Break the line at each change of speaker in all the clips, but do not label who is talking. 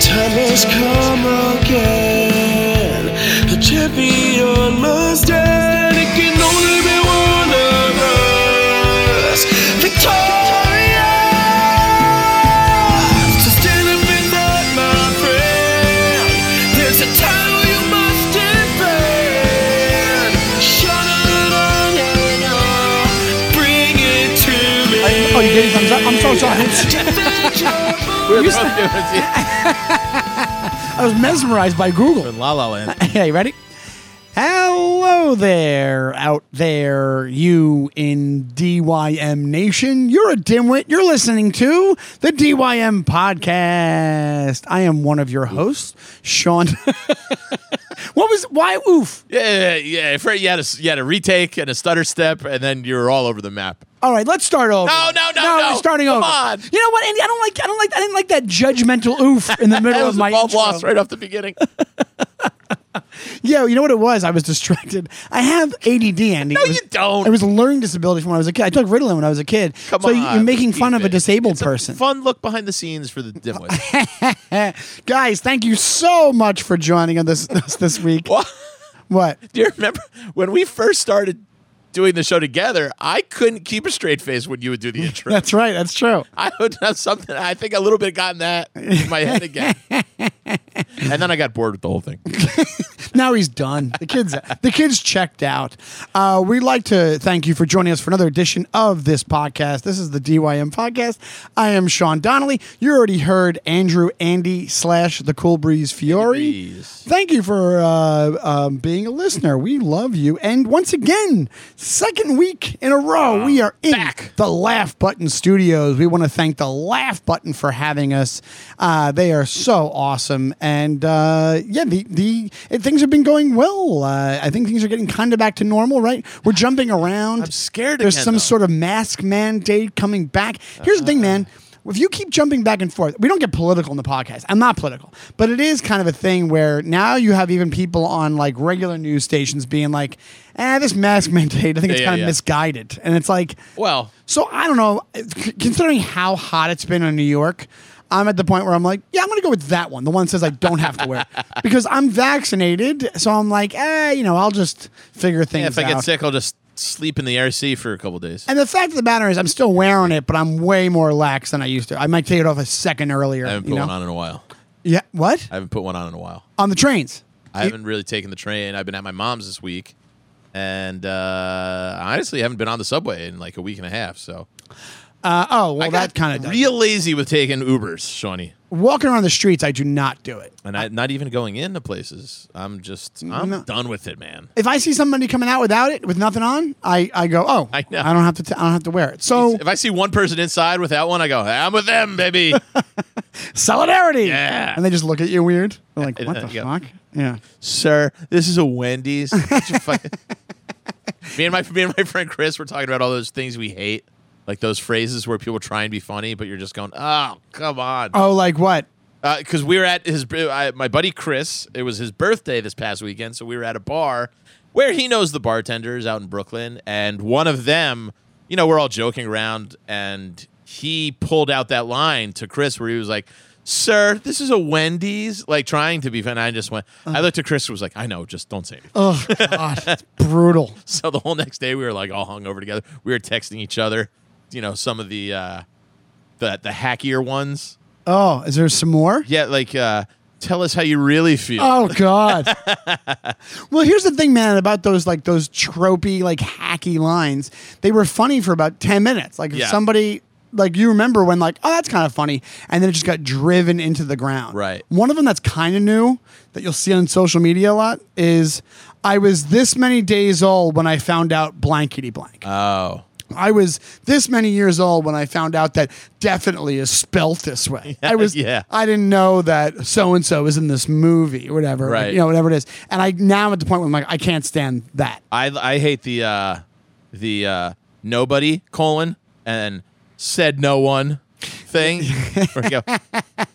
time has come again. The champion must end. It can only be one of us. Victorious. To stand up in that, my friend. There's a tower you must defend. Shut it on and on. Bring it to me.
Oh, you did a thumbs up. I'm so sorry.
Defend your
We're both doing it.
I was mesmerized by Google.
La La Land.
Hey, ready? Hello there, out there, you in DYM Nation. You're a dimwit. You're listening to the DYM Podcast. I am one of your hosts, Sean. what was, why oof?
Yeah, yeah, yeah. Fred, you had, a, you had a retake and a stutter step, and then you were all over the map.
All right, let's start over.
No, no, no, no.
we're starting
Come
over.
on.
You know what, Andy? I don't like, I don't like, I didn't like that judgmental oof in the
That
middle
was
of
a
my
ball
intro.
loss right off the beginning.
Yeah, you know what it was? I was distracted. I have ADD, Andy. No,
you don't.
It was a learning disability from when I was a kid. I took Ritalin when I was a kid.
Come
so
on.
you're making
keep
fun of a
it.
disabled
It's
person.
fun look behind the scenes for the dimwit.
Eh, Guys, thank you so much for joining on this this, this week.
What?
What?
Do you remember when we first started doing the show together? I couldn't keep a straight face when you would do the intro.
That's right. That's true.
I would have something. I think a little bit gotten that in my head again, and then I got bored with the whole thing.
Now he's done. The kids, the kids checked out. Uh, we'd like to thank you for joining us for another edition of this podcast. This is the DYM podcast. I am Sean Donnelly. You already heard Andrew Andy slash the Cool Breeze Fiore.
Breeze.
Thank you for uh, um, being a listener. We love you. And once again, second week in a row, we are in
Back.
the Laugh Button Studios. We want to thank the Laugh Button for having us. Uh, they are so awesome, and uh, yeah, the the it, things have been going well. Uh, I think things are getting kind of back to normal, right? We're jumping around.
I'm scared
There's
again,
some
though.
sort of mask mandate coming back. Here's the thing, man.
Uh-huh.
If you keep jumping back and forth, we don't get political in the podcast. I'm not political, but it is kind of a thing where now you have even people on like regular news stations being like, "Ah, this mask mandate, I think it's
yeah,
kind of
yeah.
misguided," and it's like,
Well,
so I don't know. c- Considering how hot it's been in New York, I'm at the point where I'm like, yeah, I'm gonna go with that one. The one that says I don't have to wear it. because I'm vaccinated. So I'm like, eh, you know, I'll just figure things
if I
out.
get sick, I'll just sleep in the RC for a couple days.
And the fact of the matter is, I'm still wearing it, but I'm way more lax than I used to. I might take it off a second earlier.
I haven't put
you know?
one on in a while.
Yeah. What?
I haven't put one on in a while.
on the trains.
I haven't really taken the train. I've been at my mom's this week, and uh, I honestly haven't been on the subway in like a week and a half. So
Uh, oh, well,
I got
that kind of
real lazy with taking Ubers, Shawnee,
walking around the streets. I do not do it.
and I, not even going into places. I'm just I'm
No.
done with it, man.
If I see somebody coming out without it, with nothing on, I, I go, oh,
I know.
don't have to. T- I don't have to wear it. So
If I see one person inside without one, I go, I'm with them, baby.
solidarity.
Yeah.
And they just look at you weird. They're like,
Yeah,
what the
yeah.
fuck? Yeah.
Sir, this is a Wendy's. Get your fucking- me and my me and my friend Chris were talking about all those things we hate, like those phrases where people try and be funny, but you're just going, oh, come on.
Oh, like what?
because Uh, we were at his uh, I, my buddy Chris. It was his birthday this past weekend, so we were at a bar where he knows the bartenders out in Brooklyn, and one of them, you know, we're all joking around, and he pulled out that line to Chris where he was like. Sir, this is a Wendy's. Like trying to be funny. I just went. I looked at Chris. Was like, I know. Just don't say anything.
Oh, God, it's brutal.
So the whole next day, we were like all hung over together. We were texting each other. You know, some of the uh, the the hackier ones.
Oh, is there some more?
Yeah, like uh, tell us how you really feel.
Oh God. well, here's the thing, man, about those like those tropey, like hacky lines. They were funny for about ten minutes. Like if
Yeah.
somebody like you remember when like, oh that's kind of funny, and then it just got driven into the ground.
Right.
One of them that's kind of new that you'll see on social media a lot is I was this many days old when I found out blankety blank.
Oh.
I was this many years old when I found out that definitely is spelt this way. I was
yeah.
I didn't know that so and so is in this movie or whatever.
Right.
You know, whatever it is. And I now I'm at the point where I'm like, I can't stand that.
I I hate the uh the uh nobody colon and said no one thing. Where you go,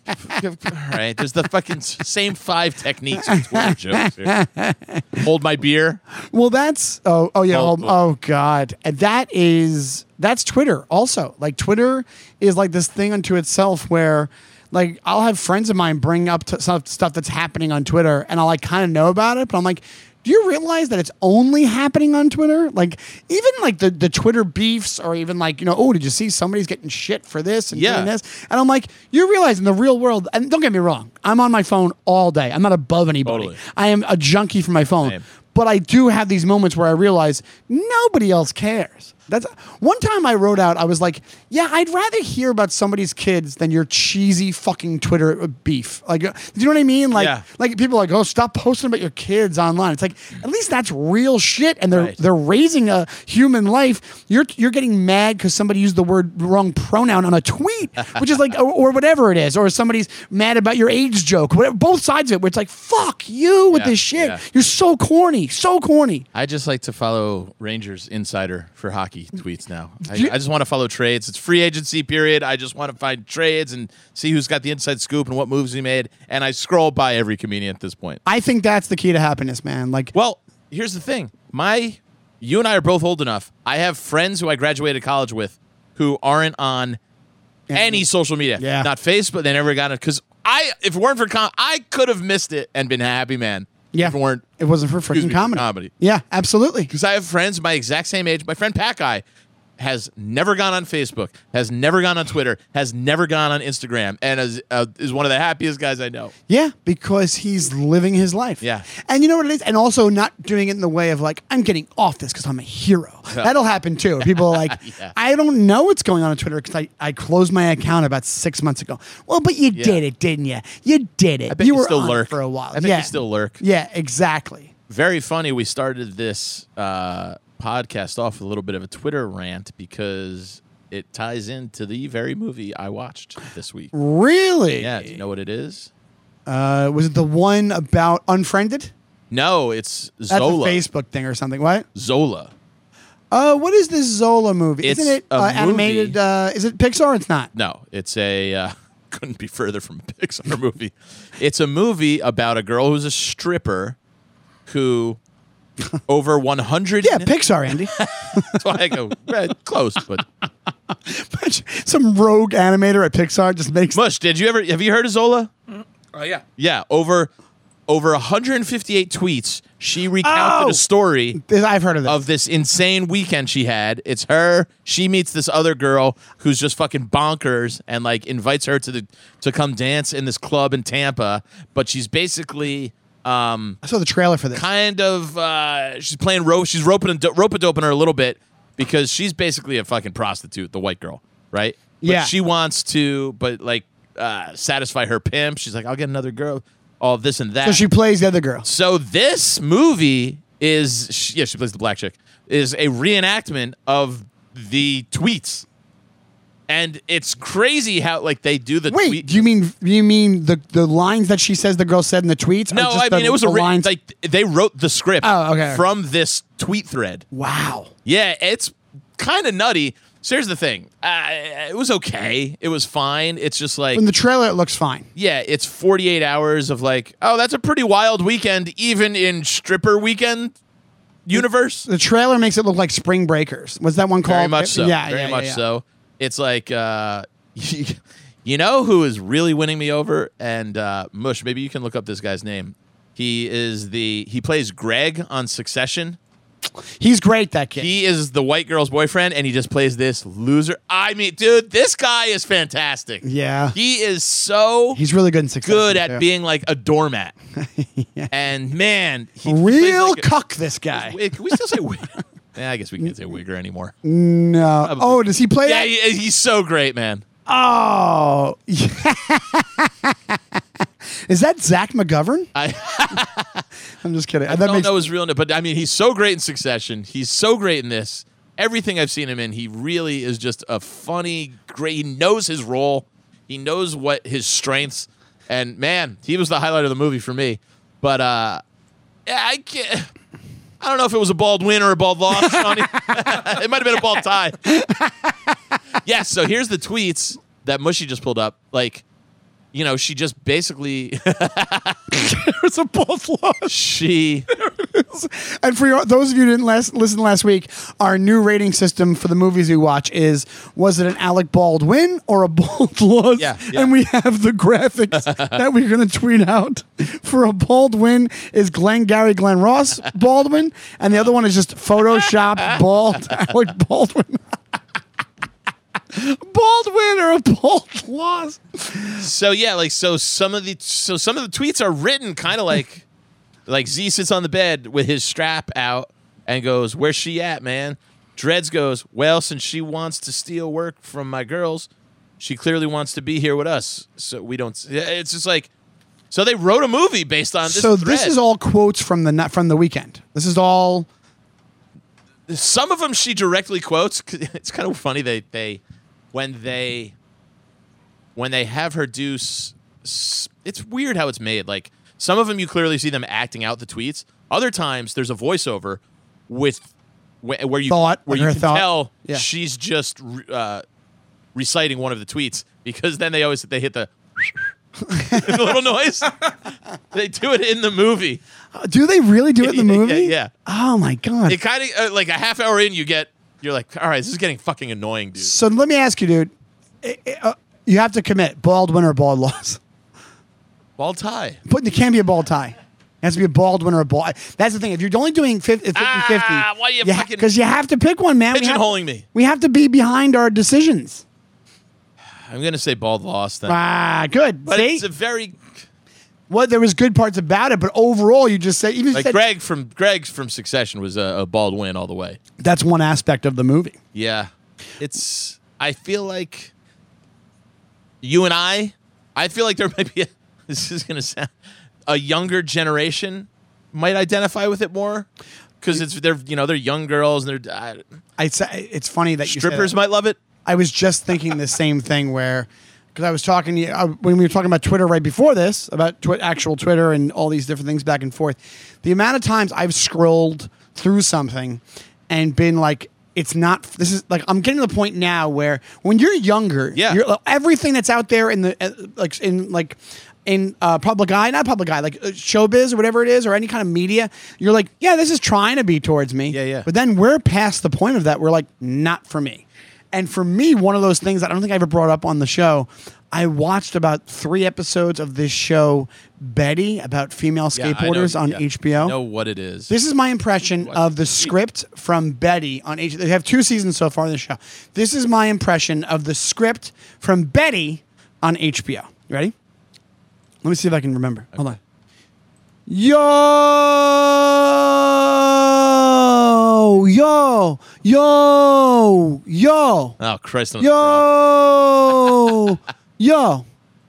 All right, there's the fucking s- same five techniques with Twitter jokes. Here. Hold my beer.
Well that's oh oh yeah,
Oh,
oh, oh God. And that is that's Twitter also. Like Twitter is like this thing unto itself where like I'll have friends of mine bring up t- stuff, stuff that's happening on Twitter, and I'll like kind of know about it, but I'm like, do you realize that it's only happening on Twitter? Like even like the the Twitter beefs, or even like you know, oh, did you see somebody's getting shit for this and
Yeah.
doing this? And I'm like, you realize in the real world, and don't get me wrong, I'm on my phone all day. I'm not above anybody.
Totally.
I am a junkie for my phone.
Same.
But I do have these moments where I realize nobody else cares. That's one time I wrote out, I was like, yeah, I'd rather hear about somebody's kids than your cheesy fucking Twitter beef. Like, uh, do you know what I mean? Like,
Yeah.
like people are like, oh, stop posting about your kids online. It's like, at least that's real shit. And they're,
Right.
they're raising a human life. You're, you're getting mad because somebody used the word wrong pronoun on a tweet, which is like, or, or whatever it is. Or somebody's mad about your age joke, whatever, both sides of it, where it's like, fuck you with
Yeah,
this shit.
yeah.
You're so corny, so corny.
I just like to follow Rangers Insider for hockey tweets now. I,
You-
I just want to follow trades. It's free agency period. I just want to find trades and see who's got the inside scoop and what moves he made. And I scroll by every comedian at this point.
I think that's the key to happiness, man. Like,
Well, here's the thing. My you and I are both old enough. I have friends who I graduated college with who aren't on any social media.
Yeah.
Not Facebook. They never got it because I if it weren't for com I could have missed it and been a happy man.
yeah,
If it weren't
it wasn't for freaking
me, for
comedy.
comedy.
Yeah, absolutely.
because I have friends my exact same age. My friend Pat Guy has never gone on Facebook, has never gone on Twitter, has never gone on Instagram, and is, uh, is one of the happiest guys I know.
Yeah, because he's living his life.
Yeah.
And you know what it is? And also not doing it in the way of like, I'm getting off this because I'm a hero. That'll happen too. People are like, I don't know what's going on on Twitter because I, I closed my account about six months ago. Well, but you did it, didn't you? You did it.
I bet you,
were
still
on it
lurk
for a while.
I bet
yeah.
you still lurk.
Yeah, exactly.
Very funny. We started this uh, podcast off with a little bit of a Twitter rant because it ties into the very movie I watched this week.
Really?
Yeah, do you know what it is?
Uh, was it the one about unfriended?
No, it's
That's
Zola.
a Facebook thing or something. What?
Zola.
Uh, what is this Zola movie?
It's
Isn't it
a
uh,
movie.
animated? Uh, is it Pixar? It's not.
No, it's a uh, couldn't be further from a Pixar movie. It's a movie about a girl who's a stripper who over 100
Yeah, Pixar, Andy.
that's why I go eh, close but
Some rogue animator at Pixar just makes.
Mush, did you ever have you heard of Zola?
Oh yeah.
Yeah, over over 158 tweets she recounted
Oh!
a story
I've heard of that.
of this insane weekend she had. It's her. She meets this other girl who's just fucking bonkers and like invites her to the to come dance in this club in Tampa. But she's basically um,
I saw the trailer for this.
kind of uh, she's playing rope. She's roping and do- rope a doping her a little bit because she's basically a fucking prostitute, the white girl, right? But
Yeah.
She wants to, but like uh, satisfy her pimp. She's like, I'll get another girl. All this and that.
So she plays the other girl.
So this movie is she, yeah, she plays the black chick. Is a reenactment of the tweets, and it's crazy how like they do the
Wait,
tweet-
do you mean you mean the the lines that she says the girl said in the tweets? or
No,
just
I
the-
mean it was
the
a re-
lines.
like they wrote the script
Oh, okay.
from this tweet thread.
wow.
Yeah, it's kind of nutty. So here's the thing: uh, it was okay, it was fine. It's just like
In the trailer, it looks fine.
yeah, it's 48 hours of like, oh, that's a pretty wild weekend, even in stripper weekend universe.
The trailer makes it look like Spring Breakers. What's that one called?
Very much so.
Yeah,
very
yeah,
much
yeah, yeah.
so. It's like uh, you know who is really winning me over, and uh, Mush. Maybe you can look up this guy's name. He is the he plays Greg on Succession.
He's great. That kid.
He is the white girl's boyfriend, and he just plays this loser. I mean, dude, this guy is fantastic.
yeah,
He is so
he's really good in success.
good at being like a doormat. And man, he plays
real
like a-
cuck. This guy.
Wait, Can we still say wigger? yeah, I guess we can't say wigger anymore.
No. Oh, does he play
Yeah,
that?
he, he's so great, man.
Oh, is that Zach McGovern?
I-
I'm just kidding.
I
that
don't
makes,
know his real name, but I mean, he's so great in Succession. He's so great in this. Everything I've seen him in, he really is just a funny, great. He knows his role. He knows what his strengths. And man, he was the highlight of the movie for me. But uh, yeah, I can't. I don't know if it was a bald win or a bald loss, Tony. it might have been a bald tie. yes. So here's the tweets that Mushy just pulled up. Like, you know, she just basically
it's a bull flush.
she
is. And for your, those of you who didn't last, listen last week, our new rating system for the movies we watch is was it an Alec Bald win or a Bald loss?
Yeah, yeah.
And we have the graphics that we're going to tweet out. For a Bald win is Glenn Gary Glenn Ross Baldwin, and the other one is just Photoshop Bald Alec Baldwin. Bald win or a bald loss?
So yeah, like so some of the so some of the tweets are written kind of like like Z sits on the bed with his strap out and goes, "Where's she at, man?" Dreads goes, "Well, since she wants to steal work from my girls, she clearly wants to be here with us." So we don't. It's just like so they wrote a movie based on this.
so this
thread.
is all quotes from the not from the weekend. This is all
some of them she directly quotes. 'cause It's kind of funny they they when they when they have her do. s- s- It's weird how it's made. Like some of them, you clearly see them acting out the tweets. Other times, there's a voiceover with wh- where you
Thought,
where
like
you
her
can
thought.
tell
Yeah.
she's just re- uh, reciting one of the tweets because then they always they hit the. the little noise. they do it in the movie.
Do they really do it in the
Yeah, yeah,
movie?
yeah.
Oh my god.
It kind of uh, like a half hour in, you get you're like, all right, this is getting fucking annoying, dude.
so let me ask you, dude. I- I- uh, you have to commit bald win or bald loss.
Ball tie.
But it can't be a bald tie. It has to be a bald win or a bald. That's the thing. If you're only doing 50 50,
Ah, why you fucking-
Because you have to pick one, man. We have-
Pigeonholing me.
We have to be behind our decisions.
I'm gonna say bald loss then.
Ah, good.
But
See?
it's a very
well, there was good parts about it, but overall, you just say, even
like
said,
Greg from Greg's from Succession was a, a bald win all the way.
that's one aspect of the movie.
Yeah, it's. I feel like you and I. I feel like there might be. A, this is gonna sound. A younger generation might identify with it more because it's they're you know they're young girls and they're uh,
I say, it's funny that you say
strippers
that.
might love it.
I was just thinking the same thing where because I was talking to you I, when we were talking about Twitter right before this about twi- actual Twitter and all these different things back and forth. The amount of times I've scrolled through something and been like. It's not. This is like I'm getting to the point now where when you're younger,
Yeah.
you're, everything that's out there in the uh, like in like in uh, public eye, not public eye, like uh, showbiz or whatever it is, or any kind of media, you're like, yeah, this is trying to be towards me.
Yeah, yeah.
But then we're past the point of that. We're like, not for me. And for me, one of those things that I don't think I ever brought up on the show, I watched about three episodes of this show, Betty, about female
Yeah, I know-
skateboarders on
yeah.
HBO.
Know what it is?
This is my impression of the script from Betty on H. They have two seasons so far in the show. This is my impression of the script from Betty on HBO. You ready? Let me see if I can remember. Hold on. Yo, yo, yo, yo,
oh Christ! on the cross.
yo, yo.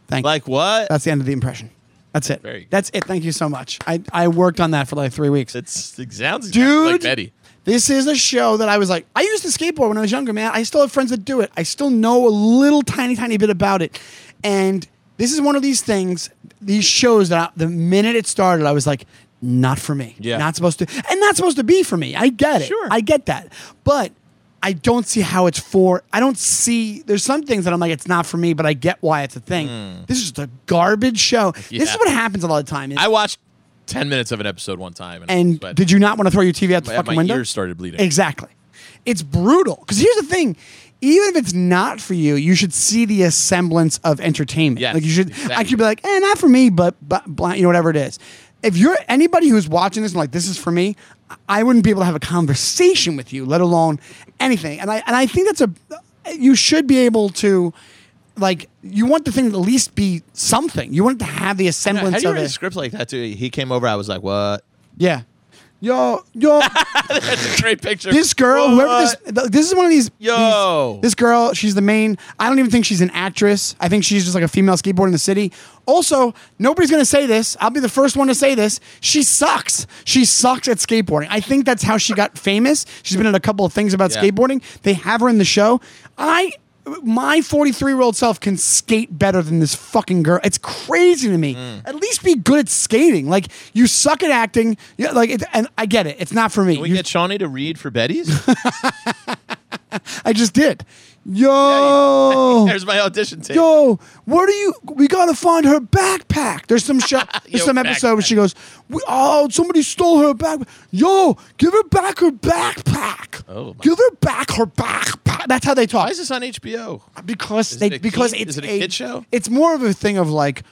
Thank you.
Like what?
That's the end of the impression. That's it.
Very good.
That's it. Thank you so much. I, I worked on that for like three weeks.
It's it sounds
Dude.
like Betty.
This is a show that I was like, I used to skateboard when I was younger, man. I still have friends that do it. I still know a little tiny, tiny bit about it. And this is one of these things, these shows that I, the minute it started, I was like, not for me.
Yeah.
Not supposed to, and not supposed to be for me. I get it.
Sure.
I get that. But I don't see how it's for, I don't see, there's some things that I'm like, it's not for me, but I get why it's a thing. This is just a garbage show. This
Hmm. Yeah.
is what happens a lot of time.
I watched ten minutes of an episode one time, and,
and
but
did you not want to throw your TV out the
my,
fucking
my
window?
ears started bleeding.
Exactly. It's brutal. Because here's the thing. Even if it's not for you, you should see the semblance of entertainment.
Yes,
like you should, I
exactly.
could be like, eh, not for me, but, but blah, you know, whatever it is. If you're anybody who's watching this and like, this is for me, I wouldn't be able to have a conversation with you, let alone anything. And I and I think that's a you should be able to like you want the thing to at least be something. You want it to have the
How
semblance
do you
of
write a
it.
script like that? Too? He came over. I was like, "What?"
Yeah. Yo, yo,
That's a great picture.
this girl, whoever this,
What?
th- this is one of these.
uh, Yo.
these- this girl, she's the main. I don't even think she's an actress. I think she's just like a female skateboarder in the city. Also, nobody's gonna say this. I'll be the first one to say this. She sucks. She sucks at skateboarding. I think that's how she got famous. She's been in a couple of things about
Yeah.
skateboarding. They have her in the show. I. My 43 year old self can skate better than this fucking girl. It's crazy to me.
Mm.
At least be good at skating. Like you suck at acting. Yeah, like it, and I get it. It's not for me.
Can we
You-
get Shawnee to read for Betty's?
I just did. Yo.
There's my audition tape.
Yo, what are you? We gotta find her backpack. There's some show, there's
Yo,
some episode where
backpack.
she goes, we, "Oh, somebody stole her backpack." Yo, give her back her backpack.
Oh, my-
give her back her backpack. That's how they talk
Why is this on HBO?
because
Is
they
it a
because
kid-
it's
is it a
a
kid show?
It's more of a thing of like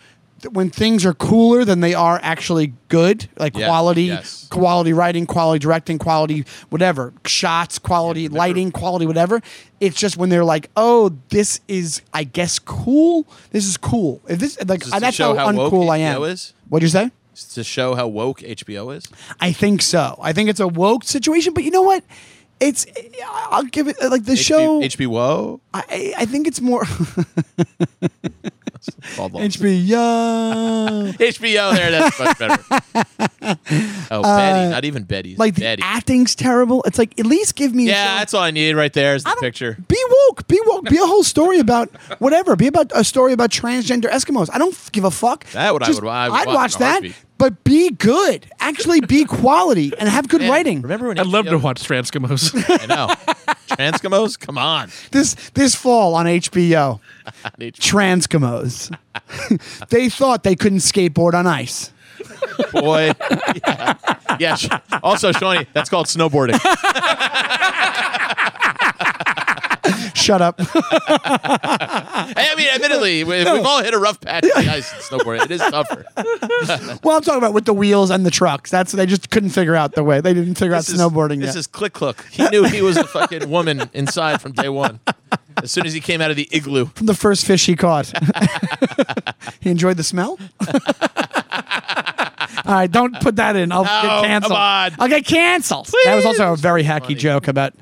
th- when things are cooler than they are actually good, like
Yeah,
quality,
yes.
quality writing, quality directing, quality whatever shots, quality
remember-
lighting, quality whatever. It's just when they're like, oh, this is I guess cool. This is cool. If this like
Is this to
that's how
show how woke
uncool I am.
HBO is?
What'd you say?
It's to show how woke HBO is.
I think so. I think it's a woke situation, but you know what? It's I'll give it like the show.
HBO.
I, I think it's more.
Called Lost.
HBO.
HBO. There, that's much better. Oh, Betty. Not even Betty's.
Uh, like the
Betty.
acting's terrible. It's like at least give me. a show-
yeah, that's all I need right there is the picture.
Be woke. Be woke. Be a whole story about whatever. Be about a story about transgender Eskimos. I don't f- give a fuck.
That would- I would- I would watch
I'd
in
watch
a
that.
heartbeat.
But be good. Actually, be quality and have good
Man,
writing.
Remember when
I'd love to
HBO
watch Transkimos.
I know. Transcomos? Come on.
This this fall on HBO,
H-
Transcomos. they thought they couldn't skateboard on ice.
Boy. Yeah. Yeah, sh- Also, Shawnee, that's called snowboarding.
Shut up.
Hey, I mean, admittedly, we, we've all hit a rough patch in the ice in snowboarding. It is tougher.
well, I'm talking about with the wheels and the trucks. That's they just couldn't figure out the way. They didn't figure
This
out
is-
snowboarding yet.
This is Click Cluck. He knew he was a fucking woman inside from day one. As soon as he came out of the igloo.
from the first fish he caught. he enjoyed the smell. All right, don't put that in. I'll
No,
get canceled.
come on.
I'll get canceled. That was also a very hacky
Funny.
joke about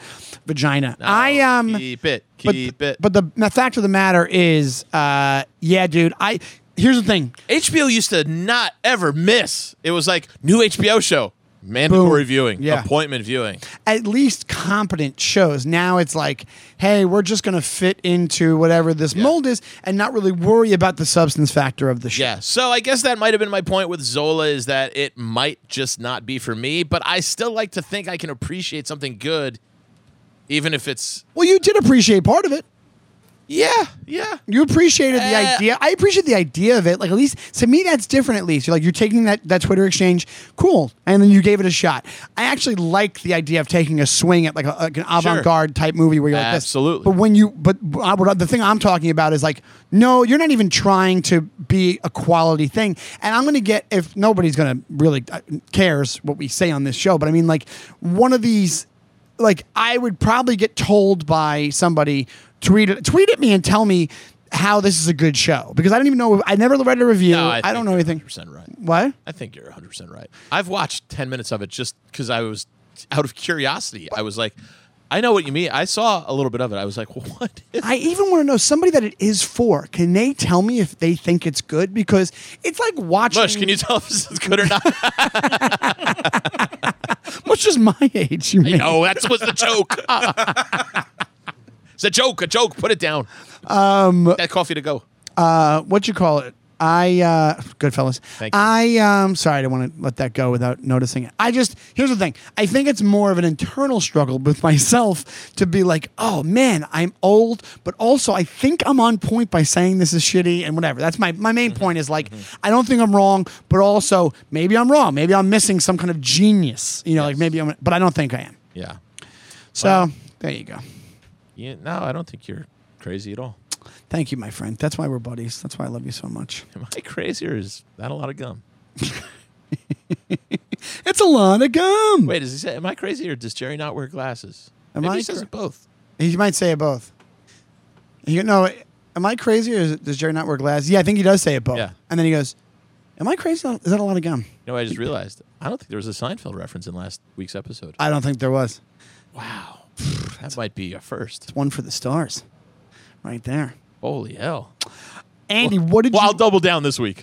vagina. I
Oh,
um
keep it,
but,
keep it.
but the, the fact of the matter is uh yeah, dude, I here's the thing.
HBO used to not ever miss. It was like new HBO show, mandatory
Boom.
viewing,
Yeah.
appointment viewing.
at least competent shows. Now it's like, hey, we're just going to fit into whatever this mold is and not really worry about the substance factor of the show.
Yeah. So I guess that might have been my point with Zola is that it might just not be for me, but I still like to think I can appreciate something good, even if it's
Well, you did appreciate part of it.
yeah, yeah.
You appreciated the
Uh,
idea. I appreciate the idea of it. Like at least to me, that's different. At least you're like you're taking that that Twitter exchange, cool, and then you gave it a shot. I actually like the idea of taking a swing at like, a, like an avant-garde type movie where you're like this.
Absolutely.
But when you, but I would, the thing I'm talking about is like, no, you're not even trying to be a quality thing. And I'm gonna get if nobody's gonna really uh, cares what we say on this show, but I mean like one of these like I would probably get told by somebody tweet it, tweet at me and tell me how this is a good show because I don't even know. I never read a review.
No,
I,
think
don't know
you're
anything.
100% right.
What?
I think you're 100% right. I've watched 10 minutes of it just because I was out of curiosity. I was like, I know what you mean. I saw a little bit of it. I was like, what? is-
I even want to know somebody that it is for. Can they tell me if they think it's good? Because it's like watching.
Bush, can you tell if this is good or not?
Much as my age, you mean?
no, that was the joke. it's a joke, a joke. Put it down. Um, that coffee to go.
Uh, what you call it? I uh, good fellas.
Thank you.
I um sorry I don't want to let that go without noticing it. I just here's the thing. I think it's more of an internal struggle with myself to be like, oh man, I'm old, but also I think I'm on point by saying this is shitty and whatever. That's my my
Mm-hmm.
main point is like I don't think I'm wrong, but also maybe I'm wrong. Maybe I'm missing some kind of genius. You know, like maybe I'm, but I don't think I am.
Yeah.
So there you go.
Yeah, no, I don't think you're crazy at all.
Thank you, my friend. That's why we're buddies. That's why I love you so much.
Am I crazy or is that a lot of gum?
It's a lot of gum.
Wait, does he say, am I crazy or does Jerry not wear glasses?
Am
Maybe
I
he says
cra-
it both.
He might say it both. You know, am I crazy or is it, does Jerry not wear glasses? Yeah, I think he does say it both.
Yeah.
And then he goes, "Am I crazy? Is that a lot of gum?"
You know, I just realized I don't think there was a Seinfeld reference in last week's episode.
I don't think there was.
wow. that might be a first.
One for the stars, right there.
Holy hell.
Andy, what did
Well, I'll
you
double down this week.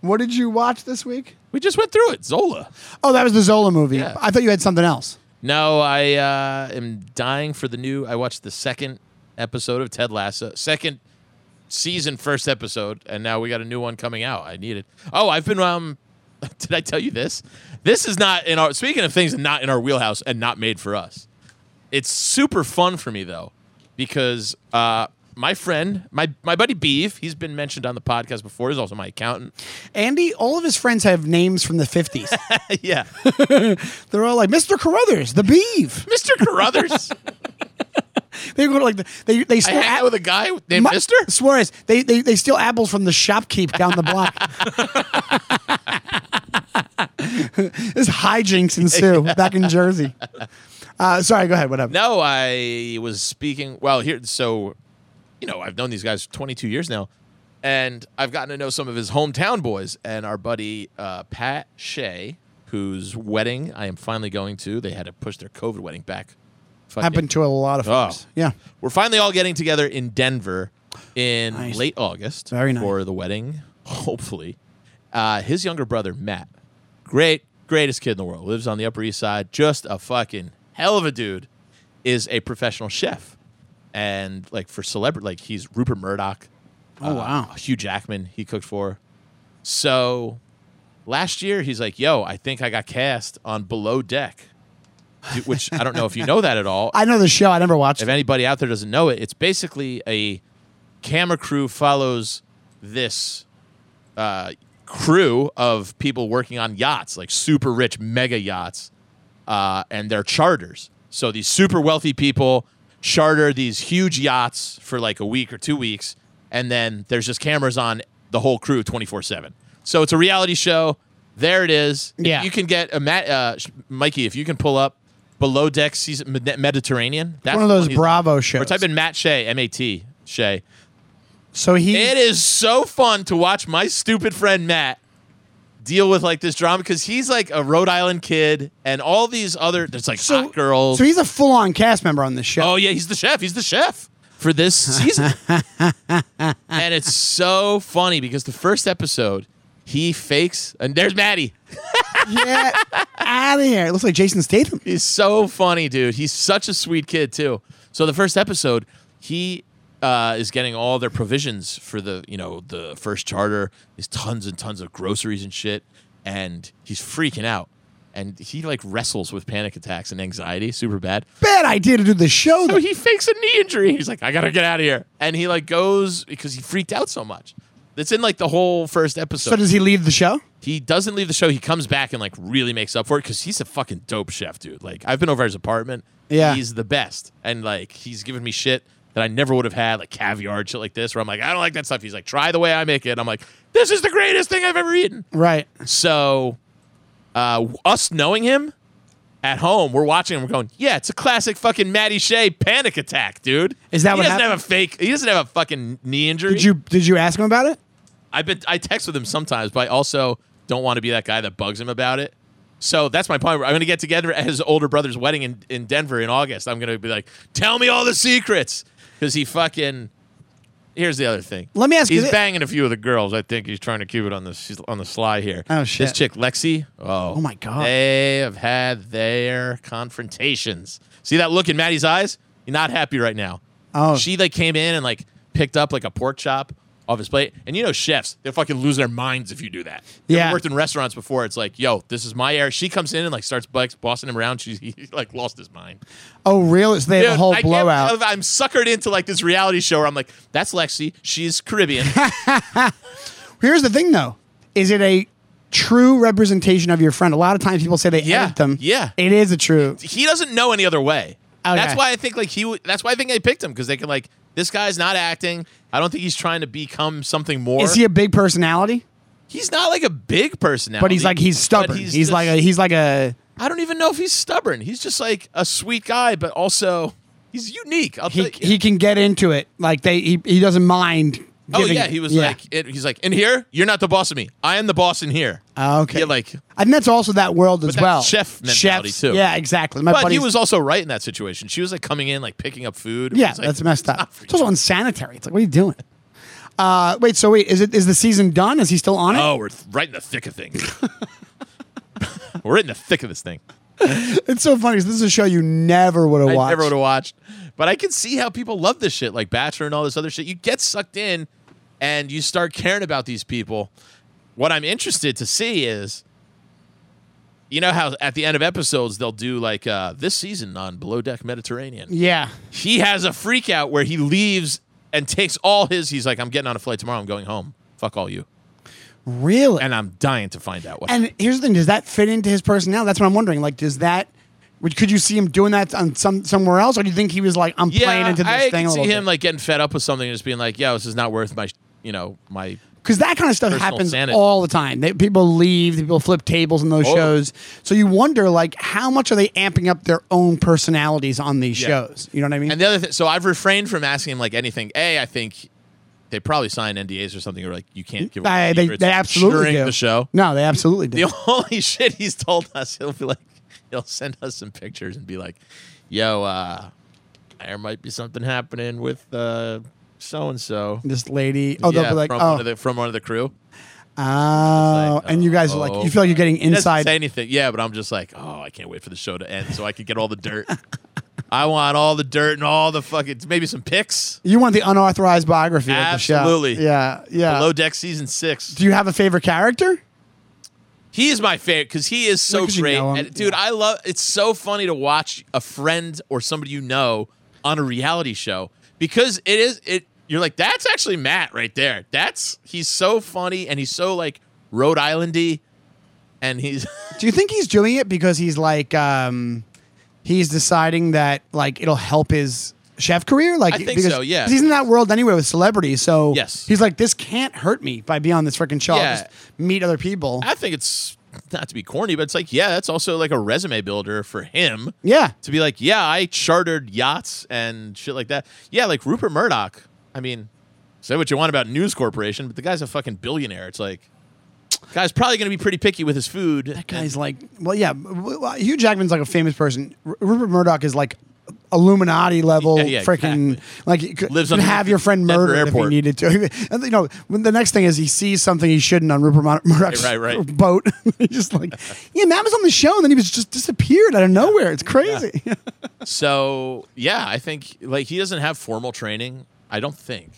what did you watch this week?
we just went through it. Zola.
Oh, that was the Zola movie.
Yeah.
I thought you had something else.
No, I uh, am dying for the new. I watched the second episode of Ted Lasso, second season, first episode, and now we got a new one coming out. I need it. Oh, I've been. Um, did I tell you this? This is not in our. Speaking of things not in our wheelhouse and not made for us. It's super fun for me though, because uh, my friend, my my buddy Beef, he's been mentioned on the podcast before. He's also my accountant.
Andy, all of his friends have names from the 50s.
yeah,
They're all like, Mr. Carruthers, the beef.
Mr. Carruthers.
They go to like, the, they, they
I
still.
hang out with a guy named
My-
Mister.
Suarez. They, they they steal apples from the shopkeep down the block. this hijinks ensue back in Jersey. Uh, sorry, go ahead. What up?
No, I was speaking. Well, here, so, you know, I've known these guys for 22 years now, and I've gotten to know some of his hometown boys. And our buddy uh, Pat Shea, whose wedding I am finally going to, they had to push their COVID wedding back. Fucking-
Happened to a lot of
Oh.
folks. Yeah.
We're finally all getting together in Denver in
Nice.
late August
Very nice.
for the wedding, hopefully. Uh, his younger brother, Matt, great, greatest kid in the world, lives on the Upper East Side, just a fucking hell of a dude, is a professional chef. And like for celebrity, like he's Rupert Murdoch.
Oh, wow.
Hugh Jackman, he cooked for. So last year, he's like, yo, I think I got cast on Below Deck, which I don't know if you know that at all.
I know the show. I never watched.
If
it.
anybody out there doesn't know it, it's basically a camera crew follows this uh, crew of people working on yachts, like super rich mega yachts, uh, and they're charters. So these super wealthy people charter these huge yachts for like a week or two weeks, and then there's just cameras on the whole crew 24 7. So it's a reality show. There it is. If
Yeah.
you can get a Matt, uh, sh- Mikey, if you can pull up below deck season Med- Mediterranean. That's
One of those
the one he's-
Bravo shows.
Or type in Matt Shea, M A T Shea.
so he.
It is so fun to watch my stupid friend Matt deal with like this drama because he's like a Rhode Island kid and all these other there's like
so,
hot girls.
So he's a full-on cast member on this show.
oh yeah, he's the chef. He's the chef for this season. and it's so funny because the first episode he fakes and there's Maddie. Oh.
Yeah, out of here. It looks like Jason Statham.
He's so funny, dude. He's such a sweet kid too. So the first episode, he uh, is getting all their provisions for the you know the first charter. Is tons and tons of groceries and shit, and he's freaking out. And he like wrestles with panic attacks and anxiety, super bad.
Bad idea to do the show.
So
Though.
he fakes a knee injury. He's like, I gotta get out of here, and he like goes because he freaked out so much. That's in like the whole first episode
So does he leave the show?
he doesn't leave the show. He comes back and like really makes up for it because he's a fucking dope chef, dude. Like I've been over at his apartment.
Yeah.
he's the best, and like he's given me shit that I never would have had, like caviar and shit like this. Where I'm like, I don't like that stuff. He's like, try the way I make it. And I'm like, this is the greatest thing I've ever eaten.
Right.
So, uh, us knowing him at home, we're watching him. We're going, yeah, it's a classic fucking Matty Shea panic attack, dude.
Is that
he
what
doesn't
happened?
have a fake? He doesn't have a fucking knee injury.
Did you did you ask him about it?
I've been I text with him sometimes, but I also don't want to be that guy that bugs him about it. So that's my point. I'm going to get together at his older brother's wedding in, in Denver in August. I'm going to be like, tell me all the secrets, because he fucking. Here's the other thing.
Let me ask you
He's
thi-
banging a few of the girls. I think he's trying to keep it on the s- on the sly here.
Oh, shit.
This chick Lexi. Oh,
Oh, my God.
They have had their confrontations. See that look in Maddie's eyes? You're not happy right now.
Oh.
She like came in and like picked up like a pork chop off his plate. And you know chefs, they fucking lose their minds if you do that. You ever
Yeah.
worked in restaurants before. It's like, yo, this is my area. She comes in and like starts box- bossing him around. She's he, like lost his mind.
Oh, really? So they had a
Dude,
whole
I can't-
blowout.
I'm suckered into like this reality show where I'm like, that's Lexi. She's Caribbean.
Here's the thing, though: is it a true representation of your friend? A lot of times people say they
Yeah,
edit them.
yeah.
it is a true.
he doesn't know any other way.
Okay.
That's why I think like he. w- That's why I think they picked him because they can like this guy's not acting. I don't think he's trying to become something more.
Is he a big personality?
he's not like a big personality,
But he's like he's
but
stubborn. He's,
just-
like a he's like a
I don't even know if he's stubborn. He's just like a sweet guy, but also he's unique. I'll
he
tell you.
he can get into it. Like they he, he doesn't mind.
Oh
giving
yeah,
it.
he was like it, he's like in here. You're not the boss of me. I am the boss in here.
Oh, okay.
Yeah, like,
and that's also that world as
that's
well.
chef mentality, too.
Yeah, exactly. My
but he
buddy's-
was also right in that situation. She was like coming in, like picking up food.
Yeah,
It's like,
that's messed
it's
up.
not for
It's also
you.
unsanitary. It's like, what are you doing? Uh, wait, so wait, is it is the season done? Is he still on it?
Oh, we're th- right in the thick of things. we're in the thick of this thing.
It's so funny 'cause this is a show you never would have
I
watched.
never would have watched. But I can see how people love this shit, like Bachelor and all this other shit. You get sucked in and you start caring about these people. What I'm interested to see is You know how at the end of episodes they'll do like uh, this season on Below Deck Mediterranean.
Yeah.
He has a freak out where he leaves and takes all his. He's like, I'm getting on a flight tomorrow. I'm going home. Fuck all you.
Really?
And I'm dying to find out what.
And here's the thing: does that fit into his personality? That's what I'm wondering. Like, does that? Would, could you see him doing that on some somewhere else, or do you think he was like, "I'm playing into this
I
thing"?
can
a
see
little
him like getting fed up with something and just being like, "Yo, this is not worth my, you know, my."
because that kind of stuff
personal
happens
sanity.
all the time. They, people leave, people flip tables in those
Oh.
shows, so you wonder like, how much are they amping up their own personalities on these shows? You know what I mean?
And the other thing, so I've refrained from asking him like anything. A, I think they probably sign NDAs or something, or like you can't give. away
I- they,
secrets
they absolutely
during
do.
the show.
No, they absolutely do.
The only shit he's told us, he'll be like, he'll send us some pictures and be like, "Yo, uh, there might be something happening with uh, so and so."
this lady. Oh, they'll be like,
from
oh,
one of the, from one of the crew.
oh,
like,
and you guys are like,
oh,
you feel like you're getting
He doesn't
inside.
say anything. Yeah, but I'm just like, oh, I can't wait for the show to end so I can get all the dirt. I want all the dirt and all the fucking maybe some pics.
You want the unauthorized biography of the
Absolutely.
show? Yeah, yeah.
Below Deck season six.
do you have a favorite character?
He is my favorite because he is so
Because you
great,
know him.
and dude, I love. It's so funny to watch a friend or somebody you know on a reality show because it is it. You're like, that's actually Matt right there. That's he's so funny and he's so like Rhode Islandy, and he's
Do you think he's doing it because he's like um he's deciding that like it'll help his chef career? Like
I think
because
so, yeah.
'cause he's in that world anyway with celebrities, so
Yes.
he's like, this can't hurt me if I be on this freaking show. I'll
Yeah.
just meet other people.
I think it's not to be corny, but it's like, yeah, that's also like a resume builder for him
yeah,
to be like, yeah, I chartered yachts and shit like that. Yeah, like Rupert Murdoch. I mean, say what you want about News Corporation, but the guy's a fucking billionaire. It's like, guy's probably going to be pretty picky with his food. That
guys. Like, well, yeah. w- w- Hugh Jackman's like a famous person. R- Rupert Murdoch is like Illuminati level
Yeah, yeah,
freaking
exactly.
like you could
Lives
you'd
underneath
have your friend
Denver
murdered if he
airport.
needed to. And you know, when the next thing is he sees something he shouldn't on Rupert Mur- Murdoch's
Right, right, right.
boat. He's just like, yeah, Matt was on the show, and then he was just disappeared out of nowhere. It's crazy.
So, yeah, I think like he doesn't have formal training. I don't think.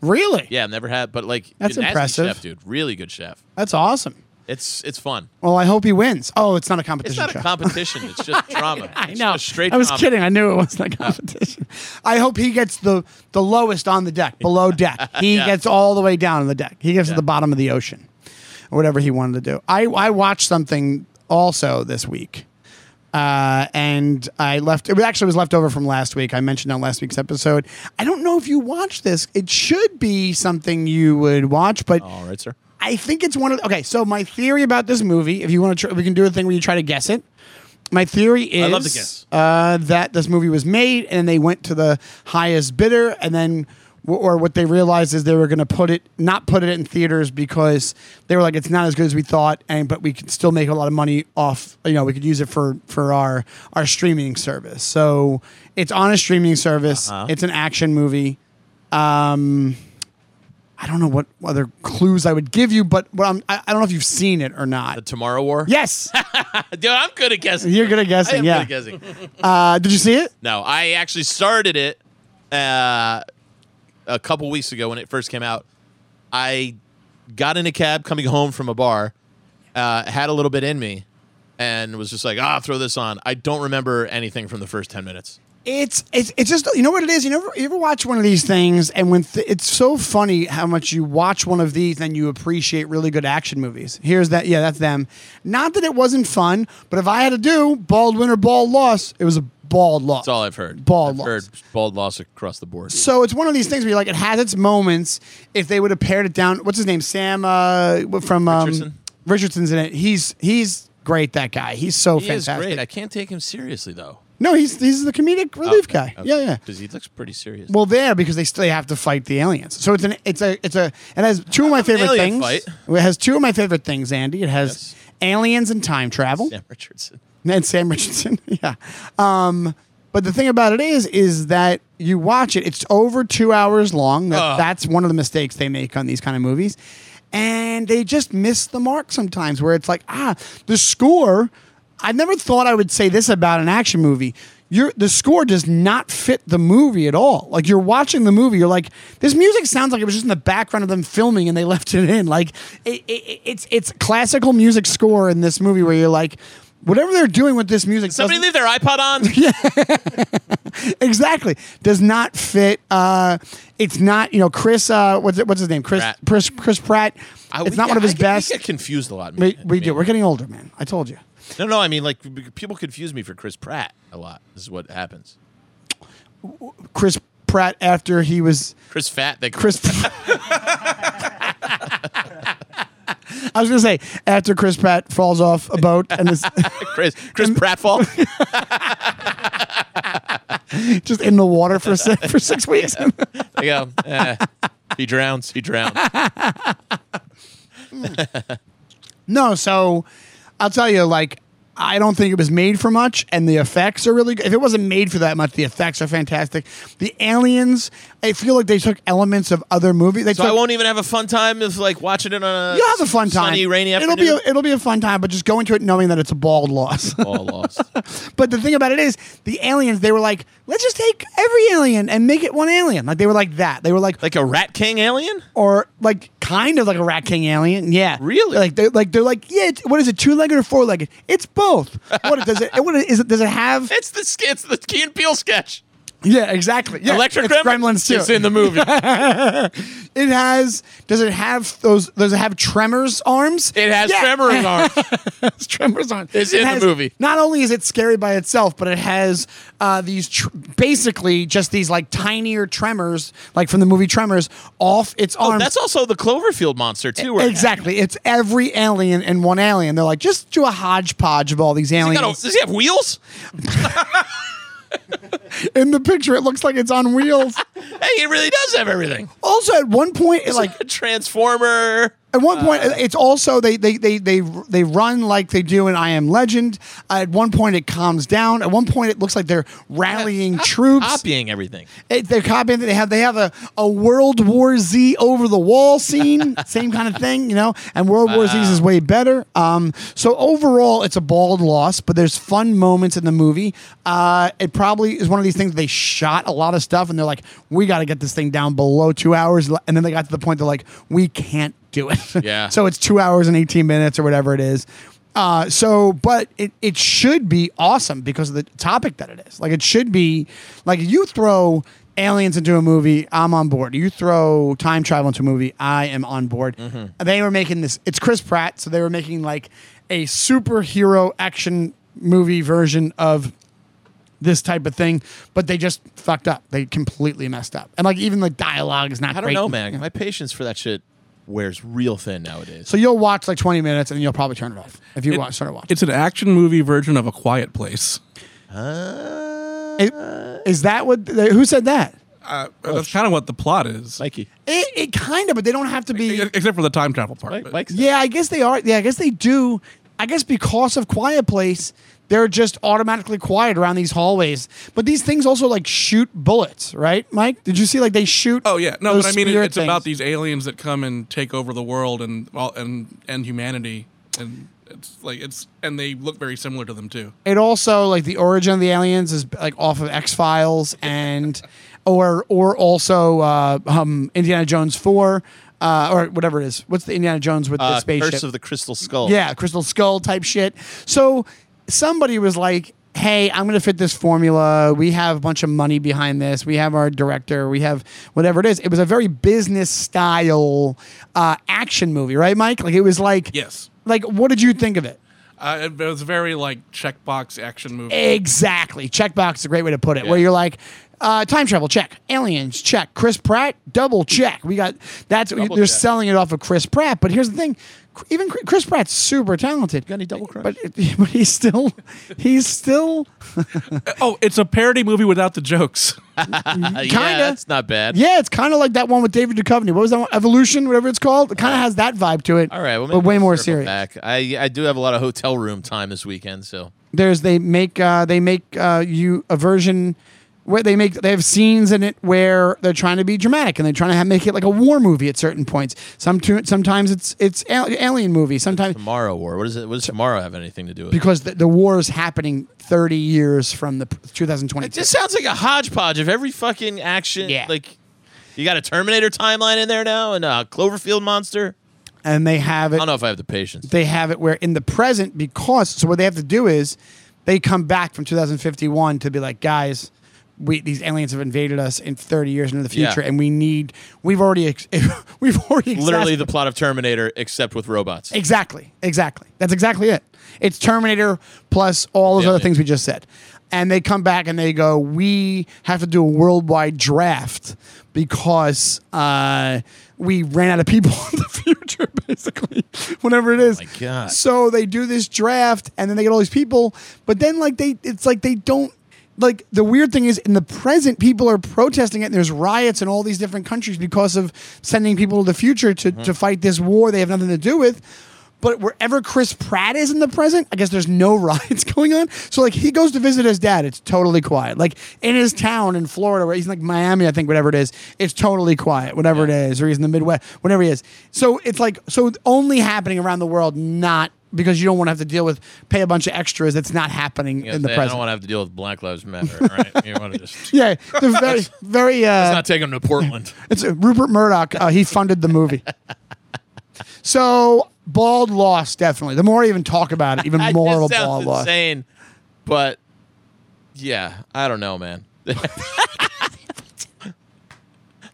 really?
Yeah, I've never had, but like
That's
nasty
impressive.
chef, dude. Really good chef.
That's awesome.
It's it's fun.
Well, I hope he wins. Oh, it's not a competition.
It's not a
show.
competition. It's just drama.
I
It's
know.
just straight.
I was
drama.
kidding. I knew it wasn't a competition. I hope he gets the the lowest on the deck, below deck. He
Yeah.
gets all the way down on the deck. He gets to the bottom of the ocean, or whatever he wanted to do. I I watched something also this week, uh, and I left. It actually was left over from last week. I mentioned on last week's episode. I don't know if you watched this. It should be something you would watch, but
All right, sir.
I think it's one of okay. So my theory about this movie, if you want to, tr- we can do a thing where you try to guess it. My theory is
I love to guess.
Uh, that this movie was made and they went to the highest bidder, and then or what they realized is they were going to put it not put it in theaters because they were like it's not as good as we thought, and but we could still make a lot of money off. You know, we could use it for for our our streaming service. So it's on a streaming service.
Uh-huh.
It's an action movie. I don't know what other clues I would give you, but what I'm, I, I don't know if you've seen it or
The
not.
Tomorrow War.
Yes,
Dude, I'm good at guessing.
you're good at
I am good
guessing. Yeah.
at guessing.
Uh, did you see it?
No, I actually started it uh, a couple weeks ago when it first came out. I got in a cab coming home from a bar, uh, had a little bit in me, and was just like, ah, throw this on. I don't remember anything from the first 10 minutes.
It's it's it's just you know what it is. You never you ever watch one of these things, and when th- it's so funny how much you watch one of these, then you appreciate really good action movies. Here's that. Yeah, that's them. Not that it wasn't fun, but if I had to do bald win or bald loss, it was a bald loss.
That's all I've heard.
Bald
I've
loss.
heard bald loss across the board.
So it's one of these things where you're like, it has its moments. If they would have pared it down, what's his name? Sam uh, from um,
Richardson.
Richardson's in it. He's he's great. That guy. He's so
He is
fantastic.
great. Oh, I can't take him seriously, though.
No, he's he's the comedic relief guy. Yeah, yeah.
Because he looks pretty serious.
Well, there because they still have to fight the aliens. So it's an it's a it's a it has two of my favorite
alien
things.
fight.
It has two of my favorite things, Andy. It has
Yes.
aliens and time travel.
Sam Richardson.
And Sam Richardson. yeah. Um, but the thing about it is, is that you watch it. It's over two hours long. That,
Ugh.
That's one of the mistakes they make on these kind of movies, and they just miss the mark sometimes. Where it's like, ah, the score. I never thought I would say this about an action movie. Your the score does not fit the movie at all. Like you're watching the movie, you're like, this music sounds like it was just in the background of them filming and they left it in. Like it, it, it's it's classical music score in this movie where you're like, Whatever they're doing with this music,
Somebody leave
doesn't-
their iPod on.
exactly does not fit. Uh, it's not you know Chris. Uh, what's it- what's his name? Chris
Pratt.
Chris Chris Pratt.
I-
it's
we
not
get-
one of his
I get-
best.
We get confused a lot.
We,
man.
we
I
do.
mean,
We're getting older, man. I told you.
No, no. I mean, like b- people confuse me for Chris Pratt a lot. This is what happens.
Chris Pratt after he was
Chris Fat. They
Chris. I was gonna say after Chris Pratt falls off a boat and is
Chris Chris Prattfall.
just in the water for six, for six weeks.
They go. eh, he drowns. He drowns.
No, so I'll tell you, like, I don't think it was made for much, and the effects are really good. If it wasn't made for that much, the effects are fantastic. The aliens, I feel like they took elements of other movies. They
So
took,
I won't even have a fun time if like watching it on a
You'll have a fun time.
sunny, rainy
it'll
afternoon.
be a, it'll be a fun time, but just go into it knowing that it's a bald loss.
all lost.
but the thing about it is, the aliens they were like, let's just take every alien and make it one alien. Like they were like that. They were like,
Like a Rat King alien?
or like kind of like a rat king alien. Yeah,
Really?
Like they're like they're like yeah. It's, what is it? Two legged or four legged? It's both. What does it? What is it? Does it have?
It's the sk- it's the Key and Peele sketch.
Yeah, exactly. Yeah,
Electric
it's Gremlins too.
It's in the movie. it
it has. Does it have those? Does it have Tremors arms?
has
Yeah,
tremor in arms.
it has Tremors arms.
It's
It
in the
has-
movie.
Not only is it scary by itself, but it has uh, these tr- basically just these like tinier Tremors, like from the movie Tremors, off its arms.
Oh, That's also the Cloverfield monster too. Where
Exactly. It's every alien and one alien. They're like, just do a hodgepodge of all these
Does he, got a-
aliens.
does he have wheels?
In the picture, it looks like it's on wheels.
Hey, he really does have everything.
also, at one point, it, like
Like a transformer.
at one point, it's also they they they they they run like they do in I Am Legend. Uh, at one point, it calms down. At one point, it looks like they're rallying troops.
Copying everything.
It- they're copying. They have they have a, a World War Z over the wall scene, same kind of thing, you know. And World War Z is way better. Um, so overall, it's a bald loss, but there's fun moments in the movie. Uh, it probably is one of these things they shot a lot of stuff, and they're like, we got to get this thing down below two hours, and then they got to the point they're like, we can't do it.
Yeah.
so it's two hours and 18 minutes or whatever it is. Uh, so, but it, it should be awesome because of the topic that it is. Like, it should be like you throw aliens into a movie, I'm on board. You throw time travel into a movie, I am on board.
Mm-hmm.
They were making this, it's Chris Pratt, so they were making like a superhero action movie version of this type of thing, but they just fucked up. They completely messed up. And like, even the dialogue is not
I don't know, man. My patience for that shit wears real thin nowadays.
So you'll watch like 20 minutes and then you'll probably turn it off if you watch, start to watch.
It's an action movie version of A Quiet Place.
Uh,
It- Is that what? Who said that?
Uh, that's kind of what the plot is, E-,
Mikey.
It, it kind of, but they don't have to be.
except for the time travel part.
Mike,
but-
Mike's
Yeah, I guess they are. Yeah, I guess they do. I guess because of Quiet Place, they're just automatically quiet around these hallways. But these things also like shoot bullets, right, Mike? Did you see like they shoot?
Oh yeah, no,
those
but I mean it,
spear
it's about
things?
these aliens that come and take over the world and all and and humanity and it's like it's and they look very similar to them too.
It also like the origin of the aliens is like off of X Files and, or or also uh, um, Indiana Jones four. Uh, or whatever it is. What's the Indiana Jones with the
uh,
spaceship?
Curse of the Crystal Skull.
Yeah, crystal skull type shit. So somebody was like, "Hey, I'm going to fit this formula. We have a bunch of money behind this. We have our director. We have whatever it is." It was a very business style uh, action movie, right, Mike? Like it was like
Yes,
Like what did you think of it?
uh, it, it was very like checkbox action movie.
Exactly. Checkbox is a great way to put it. Where you're like, uh, time travel check, aliens check, Chris Pratt double check. We got that's they're
check.
selling it off of Chris Pratt. But here's the thing, even Chris- Chris Pratt's super talented.
any double crunch?
But, but he's still he's still
oh, it's a parody movie without the jokes.
Uh, yeah,
kinda.
that's not bad.
yeah. It's kind of like that one with David Duchovny. What was that one? Evolution, whatever it's called. It kind of has that vibe to it.
All right, well,
but
maybe
way
we'll
more
circle
serious.
Back. I I do have a lot of hotel room time this weekend, so
there's they make uh, they make uh, you a version where they make they have scenes in it where they're trying to be dramatic and they're trying to have, make it like a war movie at certain points. Some tu- sometimes it's it's al- alien movie. Sometimes
tomorrow war. What is it? What does tomorrow have anything to do with? it?
because the, the war is happening 30 years from the p- 2020.
It just sounds like a hodgepodge of every fucking action.
Yeah.
Like you got a Terminator timeline in there now and a Cloverfield monster.
and they have
I
it
don't know if I have the patience.
they have it where in the present because so what they have to do is they come back from 2051 to be like guys we these aliens have invaded us in 30 years into the
Yeah.
future and we need we've already ex- we've already
Literally
exacerbated-
the plot of Terminator, except with robots.
Exactly. Exactly. That's exactly it. It's Terminator plus all those
Yeah,
other
yeah.
things we just said. And they come back and they go, we have to do a worldwide draft because uh, we ran out of people in the future, basically, whatever it is.
Oh my God.
So they do this draft and then they get all these people, but then like they, it's like they don't. Like the weird thing is, in the present, people are protesting it, and there's riots in all these different countries because of sending people to the future to,
Mm-hmm.
to fight this war they have nothing to do with. But wherever Chris Pratt is in the present, I guess there's no riots going on. So like he goes to visit his dad, it's totally quiet. Like in his town in Florida, where he's in, like Miami, I think, whatever it is, it's totally quiet, whatever it is, or he's in the Midwest, whatever he is. So it's like so only happening around the world, not because you don't want to have to deal with pay a bunch of extras. That's not happening in the
I
present.
don't want to have to deal with Black Lives Matter, right? you want to just
yeah, they're very, very. Uh,
not take them to Portland.
It's uh, Rupert Murdoch. Uh, he funded the movie. So Bald lost definitely. The more I even talk about it, even
I
more of a
just sounds
Bald loss.
insane, but yeah, I don't know, man.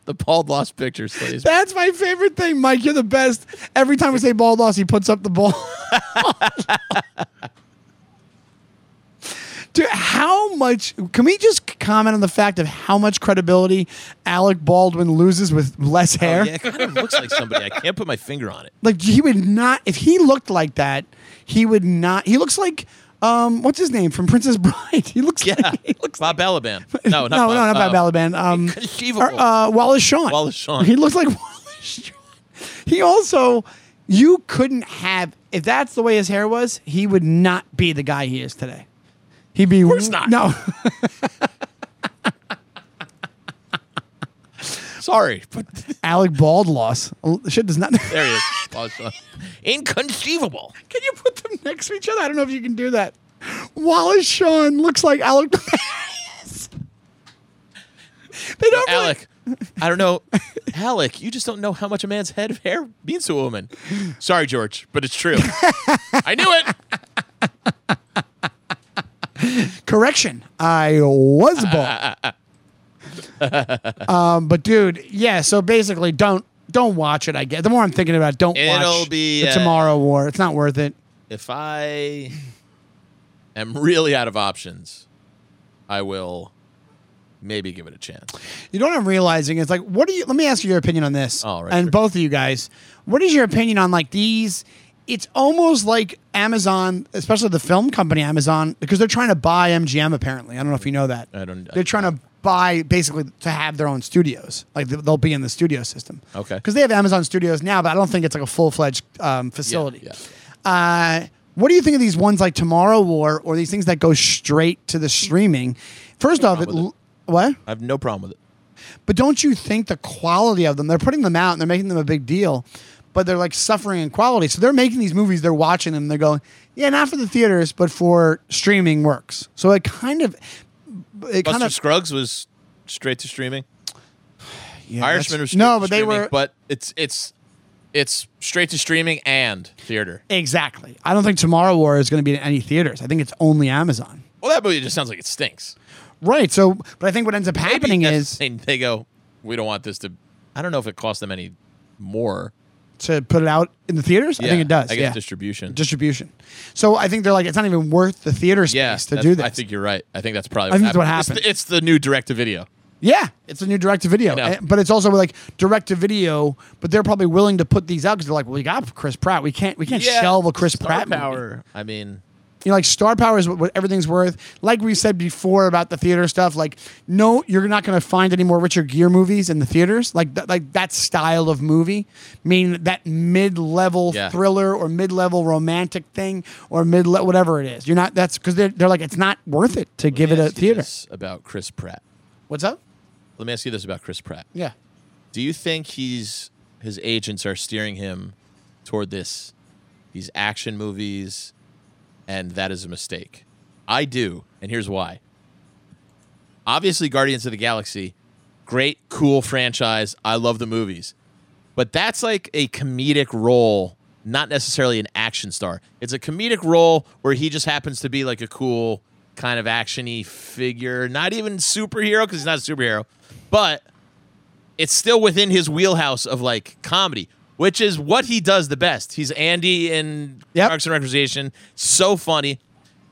the bald lost pictures, please.
That's my favorite thing, Mike. You're the best. Every time we say Bald loss, he puts up the ball. Dude, how much can we just comment on the fact of how much credibility Alec Baldwin loses with less hair?
Oh, Yeah, it kind of looks like somebody. I can't put my finger on it.
Like he would not if he looked like that, he would not he looks like um what's his name from Princess Bride. He looks
Yeah,
like he looks
Bob Balaban. No, not
no,
Bob,
no, not Bob
um,
Balaban. Um,
Inconceivable.
or, uh, Wallace Shawn.
Wallace Shawn.
He looks like Wallace Shawn. He also, you couldn't have if that's the way his hair was, he would not be the guy he is today. He'd be. Of course
not.
No,
Sorry, but
Alec Bald loss. Shit does not. Can
there he is. Wallace Shawn. Inconceivable.
you put them next to each other? I don't know if you can do that. Wallace Shawn looks like Alec. they don't. really-
Alec, I don't know. Alec, you just don't know how much a man's head of hair means to a woman. Sorry, George, but it's true. I knew it.
Correction, I was
Uh,
bald. um, but dude, yeah. So basically, don't don't watch it. I guess the more I'm thinking about, it, don't
It'll
watch
be,
the
uh,
Tomorrow War. It's not worth it.
If I am really out of options, I will maybe give it a chance.
You know what I'm realizing is like, what do you? Let me ask you your opinion on this.
All right,
and
sure.
both of you guys, what is your opinion on like these? It's almost like Amazon, especially the film company Amazon, because they're trying to buy MGM. Apparently, I don't know if you know that.
I don't-
They're trying to buy basically to have their own studios. Like they- they'll be in the studio system.
Okay.
Because they have Amazon Studios now, but I don't think it's like a full fledged um, facility.
yeah.
Uh, what do you think of these ones like Tomorrow War or these things that go straight to the streaming? First off, it,
with
l- what?
I have no problem with it.
But don't you think the quality of them? They're putting them out and they're making them a big deal, but they're like suffering in quality. So they're making these movies, they're watching them, they're going, yeah, not for the theaters, but for streaming works. So it kind of, it
Buster
kind of
Scruggs was straight to streaming.
yeah,
Irishman was
that's-
straight
no,
to
but they
streaming,
were
But it's it's it's straight to streaming and theater.
exactly. I don't think Tomorrow War is going to be in any theaters. I think it's only Amazon.
Well, that movie just sounds like it stinks.
Right. So, but I think what ends up
Maybe
happening
that's
is
the thing. they go, we don't want this to. I don't know if it costs them any more.
to put it out in the theaters. I
Yeah,
think it does.
I guess
yeah.
distribution.
distribution. So I think they're like, it's not even worth the theater space
yeah,
to
that's-
do this.
I think you're right. I think that's probably.
I think that's what
happened.
happened.
It's the, it's the new direct to video.
Yeah, it's a new direct to video,
know.
Eh, but it's also like direct to video. But they're probably willing to put these out because they're like, well, we got Chris Pratt. We can't, we can't shelve a Chris Pratt movie.
I mean,
You know, like star power is what, what everything's worth. Like we said before about the theater stuff, like no, you're not going to find any more Richard Gere movies in the theaters. Like th- like that style of movie, meaning that mid level
Yeah.
thriller or mid level romantic thing or mid whatever it is. You're not. That's because they're they're like it's not worth it to give
let
it
me
a
ask you
theater.
this about Chris Pratt.
What's up?
Let me ask you this about Chris Pratt.
Yeah.
Do you think he's his agents are steering him toward this these action movies and that is a mistake? I do, and here's why. Obviously Guardians of the Galaxy, great cool franchise. I love the movies. But that's like a comedic role, not necessarily an action star. It's a comedic role where he just happens to be like a cool kind of actiony figure, not even superhero because he's not a superhero, but it's still within his wheelhouse of like comedy, which is what he does the best. He's Andy in
Yep.
Parks and Recreation, so funny.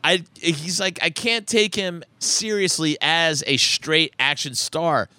I he's like I can't take him seriously as a straight action star.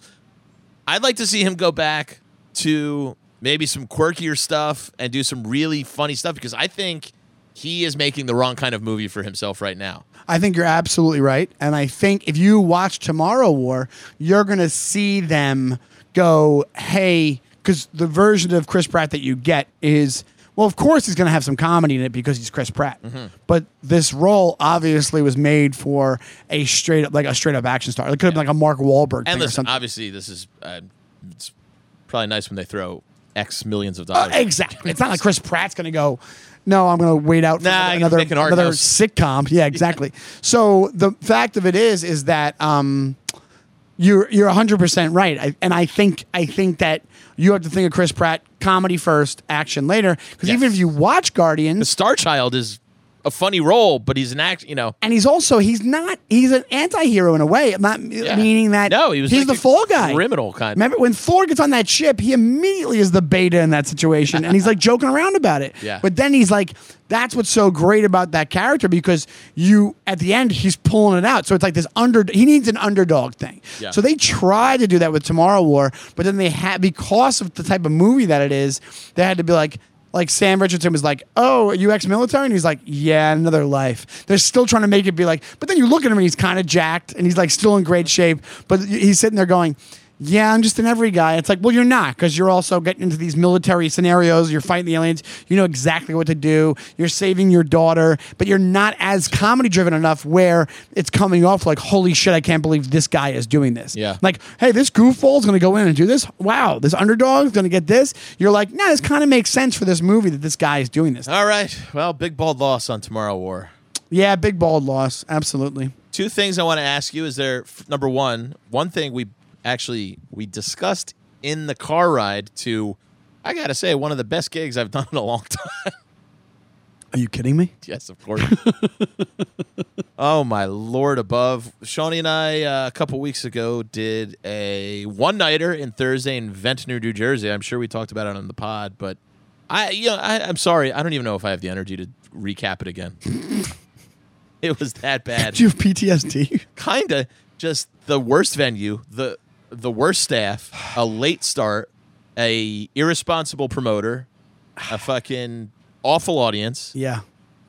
I'd like to see him go back to maybe some quirkier stuff and do some really funny stuff because I think he is making the wrong kind of movie for himself right now.
I think you're absolutely right. And I think if you watch Tomorrow War, you're going to see them go, hey, because the version of Chris Pratt that you get is, well, of course he's going to have some comedy in it because he's Chris Pratt. But this role obviously was made for a straight up, like a straight up action star. It could have been like a Mark Wahlberg
And
thing or
listen,
something.
obviously this is uh, it's probably nice when they throw X millions of dollars.
Uh, exactly. It's not like Chris Pratt's going to go. No, I'm going to wait out for
Nah, I'm
another
gonna make an art
another
house."
sitcom. Yeah, exactly. So the fact of it is, is that um, you're you're 100 percent right, I, and I think I think that you have to think of Chris Pratt comedy first, action later. Because even
Yes.
if you watch Guardians,
Star Child is a funny role, but he's an act. You know,
and he's also he's not he's an anti-hero in a way. I'm not meaning that.
No, he was
he's
like
the
a
fall guy,
criminal kind of-
Remember when Thor gets on that ship, he immediately is the beta in that situation, and he's like joking around about it.
Yeah.
But then he's like, that's what's so great about that character because you at the end he's pulling it out. So it's like this under he needs an underdog thing.
Yeah.
So they tried to do that with Tomorrow War, but then they had because of the type of movie that it is, they had to be like. Like Sam Richardson was like, "Oh, are you ex-military?" And he's like, "Yeah, another life." They're still trying to make it be like, but then you look at him and he's kind of jacked and he's like still in great shape, but he's sitting there going, "Yeah, I'm just an every guy." It's like, well, you're not because you're also getting into these military scenarios. You're fighting the aliens. You know exactly what to do. You're saving your daughter, but you're not as comedy-driven enough where it's coming off like, "Holy shit, I can't believe this guy is doing this."
Yeah.
like hey, this goofball's going to go in and do this. Wow, this underdog's going to get this. You're like, no, this kind of makes sense for this movie that this guy is doing this.
all right. Well, big bald loss on Tomorrow War.
Yeah, big bald loss. Absolutely.
two things I want to ask you is there f- number one one thing we actually we discussed in the car ride to I gotta say one of the best gigs I've done in a long time.
Are you kidding me?
yes, of course. oh my lord above! Shawnee and I uh, a couple weeks ago did a one nighter in Thursday in Ventnor, New Jersey. I'm sure we talked about it on the pod, but I you know I, I'm sorry I don't even know if I have the energy to recap it again. it was that bad
Do you have PTSD?
kind of just the worst venue, the the worst staff, a late start, a irresponsible promoter, a fucking awful audience.
yeah.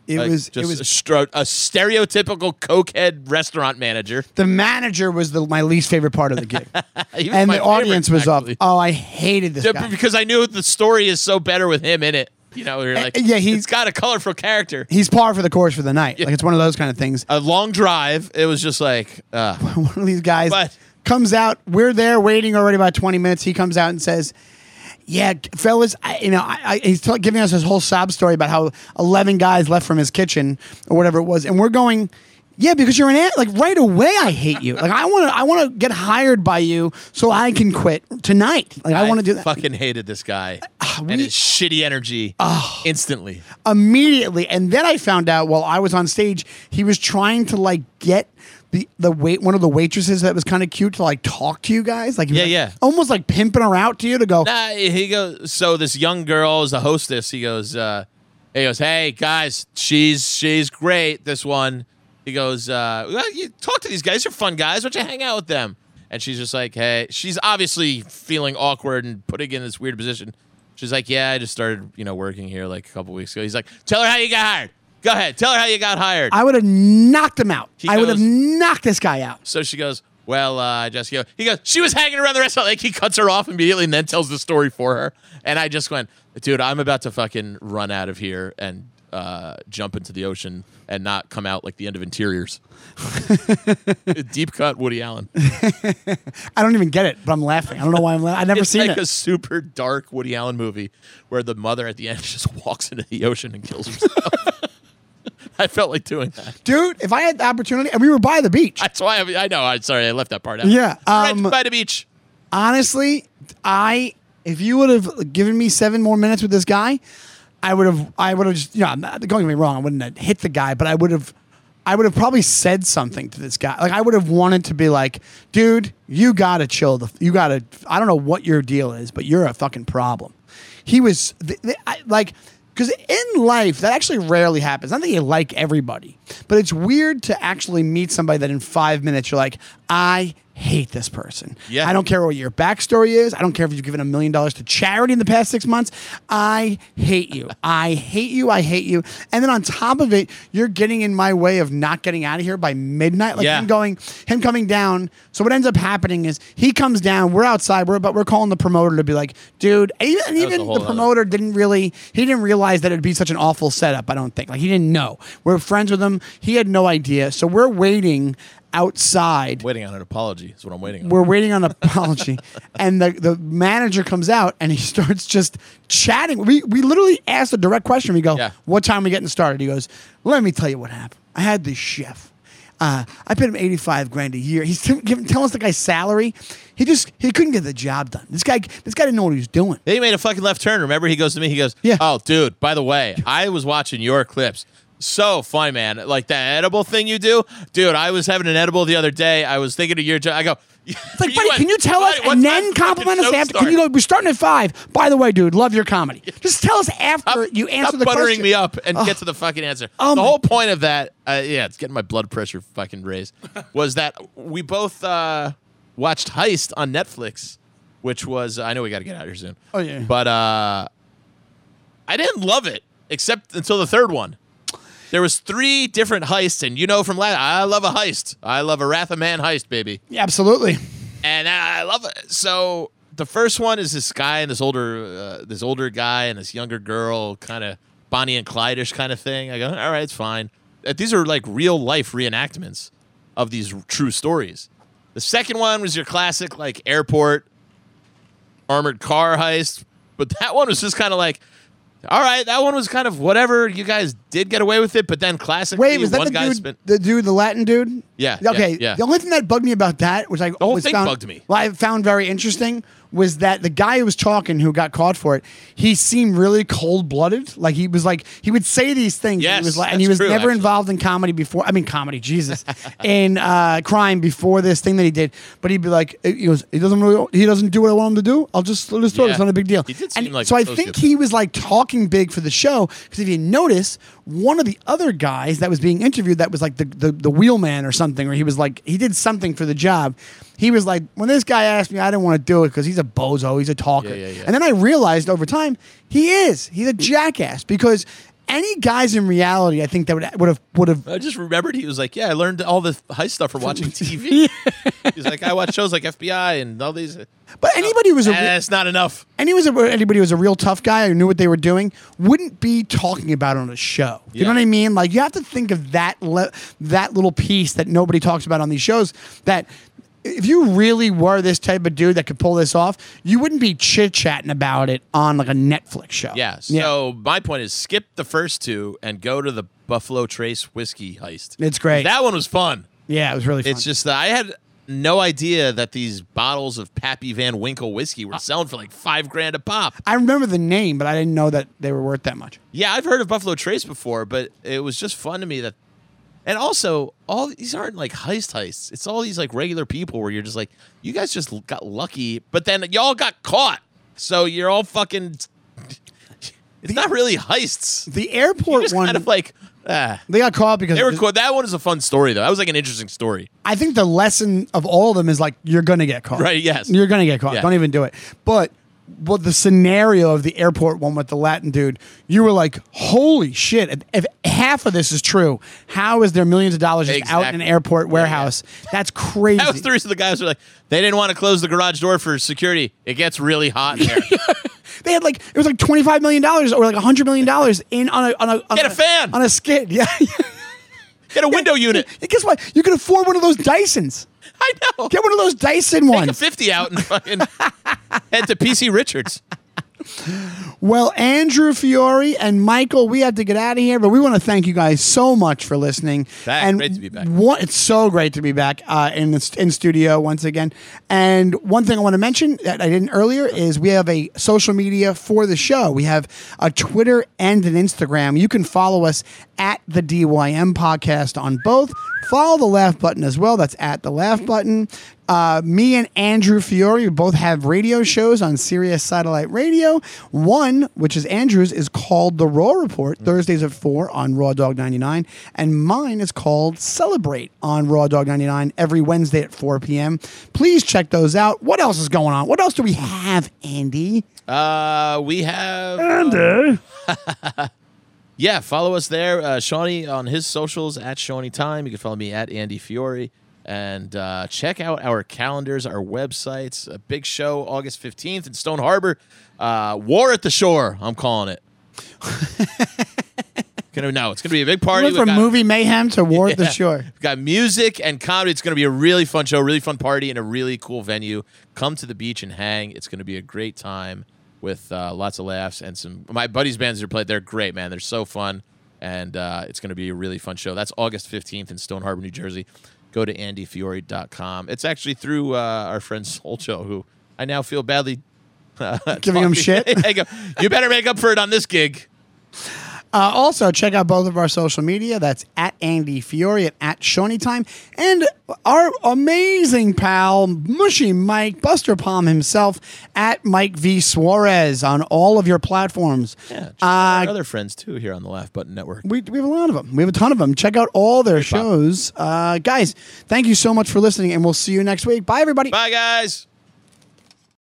It
Like,
was.
just
it was.
a, stro- a stereotypical cokehead restaurant manager.
the manager was the, my least favorite part of the gig,
He was
and
my
the
favorite,
audience was up.
actually.
Oh, I hated this
Yeah,
guy.
because I knew the story is so better with him in it. You know, you're like,
Eh, yeah, he-
he's got a colorful character.
He's par for the course for the night. Like it's one of those kind of things.
A long drive. It was just like, uh,
one of these guys
But-
comes out. We're there waiting already about 20 minutes. He comes out and says, yeah, g- fellas, I, you know, I, I, he's t- giving us his whole sob story about how 11 guys left from his kitchen or whatever it was. And we're going, yeah, because you're an ant. Like right away, I hate you. Like I want to, I want to get hired by you so I can quit tonight. Like I, want to do that. Uh,
Fucking hated this guy and
we- Oh.
his shitty energy instantly.
immediately. And then I found out while I was on stage, he was trying to like get the the wait one of the waitresses that was kind of cute to like talk to you guys, like he was,
Yeah,
like,
yeah.
almost like pimping her out to you to go.
Nah, he goes. So this young girl is the hostess. He goes. Uh, he goes. Hey guys, she's she's great. This one. He goes. Uh, well, you talk to these guys. You're fun guys. Why don't you hang out with them? And she's just like, hey. She's obviously feeling awkward and putting in this weird position. She's like, yeah, I just started, you know, working here like a couple weeks ago. He's like, tell her how you got hired. Go ahead, tell her how you got hired.
I would have knocked him out. I would have
goes-
knocked this guy out.
So she goes, Well, uh, Jessica, he goes, She was hanging around the restaurant. Like, he cuts her off immediately and then tells the story for her. And I just went, Dude, I'm about to fucking run out of here and uh, jump into the ocean and not come out like the end of interiors. Deep cut Woody Allen.
I don't even get it, but I'm laughing. I don't know why I'm laughing. I've never
It's
seen
like
it.
a super dark Woody Allen movie where the mother at the end just walks into the ocean and kills herself. I felt like doing that.
Dude, if I had the opportunity, and we were by the beach.
That's why
um,
I, I know. I'm sorry. I left that part out.
Yeah,
Right
um,
by the beach.
honestly, I If you would have given me seven more minutes with this guy, I would have. I would have. Just, you know, I'm not, don't get me wrong. I wouldn't have hit the guy, but I would have. I would have probably said something to this guy. Like I would have wanted to be like, dude, you gotta chill. The you gotta. I don't know what your deal is, but you're a fucking problem. He was th- th- I, like. Because in life, that actually rarely happens. Not that you like everybody, but it's weird to actually meet somebody that in five minutes you're like, I hate this person.
Yeah.
I don't care what your backstory is. I don't care if you've given a million dollars to charity in the past six months. I hate you. I hate you. I hate you. And then on top of it, you're getting in my way of not getting out of here by midnight. Like
Yeah.
him going, him coming down. So what ends up happening is he comes down. We're outside. We're but we're calling the promoter to be like, dude. And even, and
That was a
even
whole
the
nother-
promoter promoter didn't really he didn't realize that it'd be such an awful setup. I don't think like he didn't know. We're friends with him. He had no idea. So we're waiting outside.
Waiting on an apology is what I'm waiting on.
We're waiting on an apology, and the the manager comes out and he starts just chatting. We we literally asked a direct question. We go,
Yeah.
"What time are we getting started?" He goes, "Let me tell you what happened. I had this chef. Uh, I paid him eighty five grand a year. He's t- giving, telling us the guy's salary. He just he couldn't get the job done. This guy this guy didn't know what he was doing.
Then he made a fucking left turn. Remember, he goes to me. He goes,
Yeah.
Oh, dude. By the way, I was watching your clips. So funny, man. Like that edible thing you do, dude. I was having an edible the other day. I was thinking of your. jo- I go. It's
Like, buddy, can you tell us and then compliment us after? Can you go? We're starting at five. By the way, dude, love your comedy. Just tell us after you answer
Stop
the
buttering
question.
me up and get to the fucking answer.
Oh
the
my-
whole point of that, uh, yeah, it's getting my blood pressure fucking raised, was that we both uh, watched Heist on Netflix, which was, I know we got to get out of here soon.
Oh, yeah.
But uh, I didn't love it, except until the third one. There was three different heists, and you know from last, I love a heist. I love a Wrath of Man heist, baby
Yeah, absolutely.
and I I love it. So the first one is this guy and this older, uh, this older guy and this younger girl, kind of Bonnie and Clyde-ish kind of thing. I go, all right, it's fine. Uh, These are like real life reenactments of these r- true stories. The second one was your classic like airport armored car heist, but that one was just kind of like. All right, that one was kind of whatever. You guys did get away with it, but then classically,
Wait, was that
one
the
guy
dude,
spent.
the dude, the Latin dude?
Yeah, yeah,
Okay.
yeah.
The only thing that bugged me about that, which I the
whole
was
thing
found,
bugged me.
Well, I found very interesting was that the guy who was talking, who got caught for it, he seemed really cold blooded. Like he was like he would say these things. and
Yes,
he was like, and he
that's
was
true,
never
actually.
involved in comedy before. I mean, comedy, Jesus, in uh, crime before this thing that he did. But he'd be like, he goes, he doesn't really, he doesn't do what I want him to do. I'll just let his throat.
Yeah.
It's not a big deal.
He did
And
seem like
so I
a
think
sociopath.
he was like talking big for the show because if you notice, one of the other guys that was being interviewed, that was like the, the the wheelman or something, or he was like he did something for the job. He was like, when this guy asked me, I didn't want to do it because he's a bozo, he's a talker.
Yeah, yeah, yeah.
And then I realized over time he is he's a jackass because any guys in reality, I think that would would have would have
I just remembered he was like, "Yeah, I learned all the heist stuff from watching TV." He's like, "I watch shows like FBI and all these."
But anybody who was a
Ah,
re-
it's not enough.
and he was a, anybody who was a real tough guy who knew what they were doing wouldn't be talking about it on a show. You know
Yeah.
what I mean? Like you have to think of that le- that little piece that nobody talks about on these shows. That if you really were this type of dude that could pull this off, you wouldn't be chit chatting about it on like a Netflix show.
Yeah. So my point is, skip the first two and go to the Buffalo Trace whiskey heist.
It's great.
That one was fun.
yeah, it was really. Fun.
It's just that I had no idea that these bottles of Pappy Van Winkle whiskey were selling for like five grand a pop.
I remember the name, but I didn't know that they were worth that much.
Yeah, I've heard of Buffalo Trace before, but it was just fun to me that. And also, all these aren't like heist heists. It's all these like regular people where you're just like, you guys just l- got lucky, but then y'all got caught, so you're all fucking. It's not really heists.
The
You're
airport
just
one,
kind of like, ah.
they got caught because
They were
the-
cool. That one is a fun story though. That was like an interesting story.
I think the lesson of all of them is like you're gonna get caught.
Right, yes.
You're gonna get caught.
Yeah.
Don't even do it. But well, the scenario of the airport one with the Latin dude, you were like, "Holy shit! If- If half of this is true, how is there millions of dollars just out in an
Exactly.
airport warehouse? That's crazy."
That was the reason the guys were like, they didn't want to close the garage door for security. It gets really hot in there.
They had like it was like twenty five million dollars or like hundred million dollars in on a on a on
Get a fan.
on a skid. Yeah.
Get a window unit.
Guess what? You could afford one of those Dysons.
I know.
Get one of those Dyson
Take a
ones.
50 out and fucking head to PC Richards.
Well, Andrew Fiore and Michael, we had to get out of here, but we want to thank you guys so much for listening.
Back.
And
Great to be back.
one- it's so great to be back uh, in the st- in studio once again. And one thing I want to mention that I didn't earlier is we have a social media for the show. We have a Twitter and an Instagram. You can follow us at the DYM podcast on both. Follow the laugh button as well. That's at the laugh button. Uh, me and Andrew Fiore both have radio shows on Sirius Satellite Radio. One, which is Andrew's, is called The Raw Report, Thursdays at 4 on Raw Dog 99. And mine is called Celebrate on Raw Dog 99 every Wednesday at 4 p.m. Please check those out. What else is going on? What else do we have, Andy?
Uh, we have Andy. yeah, follow us there, uh, Shawnee on his socials at Shawnee Time. You can follow me at Andy Fiore, and uh, check out our calendars, our websites. A big show August fifteenth in Stone Harbor. Uh, War at the Shore, I'm calling it. gonna no, it's gonna be a big party.
Went
We
from
got-
movie mayhem to War at the Shore.
We've got music and comedy. It's going to be a really fun show, really fun party, and a really cool venue. Come to the beach and hang. It's going to be a great time with uh, lots of laughs and some. My buddies' bands are played. They're great, man. They're so fun, and uh, it's going to be a really fun show. That's August fifteenth in Stone Harbor, New Jersey. Go to andyfiore.com. It's actually through uh, our friend Solcho, who I now feel badly
Giving him shit.
I go, you better make up for it on this gig.
Uh, also, check out both of our social media. That's at Andy Fiore and at Shoney Time. And our amazing pal, Mushy Mike, Buster Palm himself, at Mike V. Suarez on all of your platforms.
Yeah, check out
Uh,
our other friends too here on the Laugh Button Network.
we, we have a lot of them. We have a ton of them. Check out all their shows. Uh, guys, thank you so much for listening, and we'll see you next week. Bye, everybody.
Bye, guys.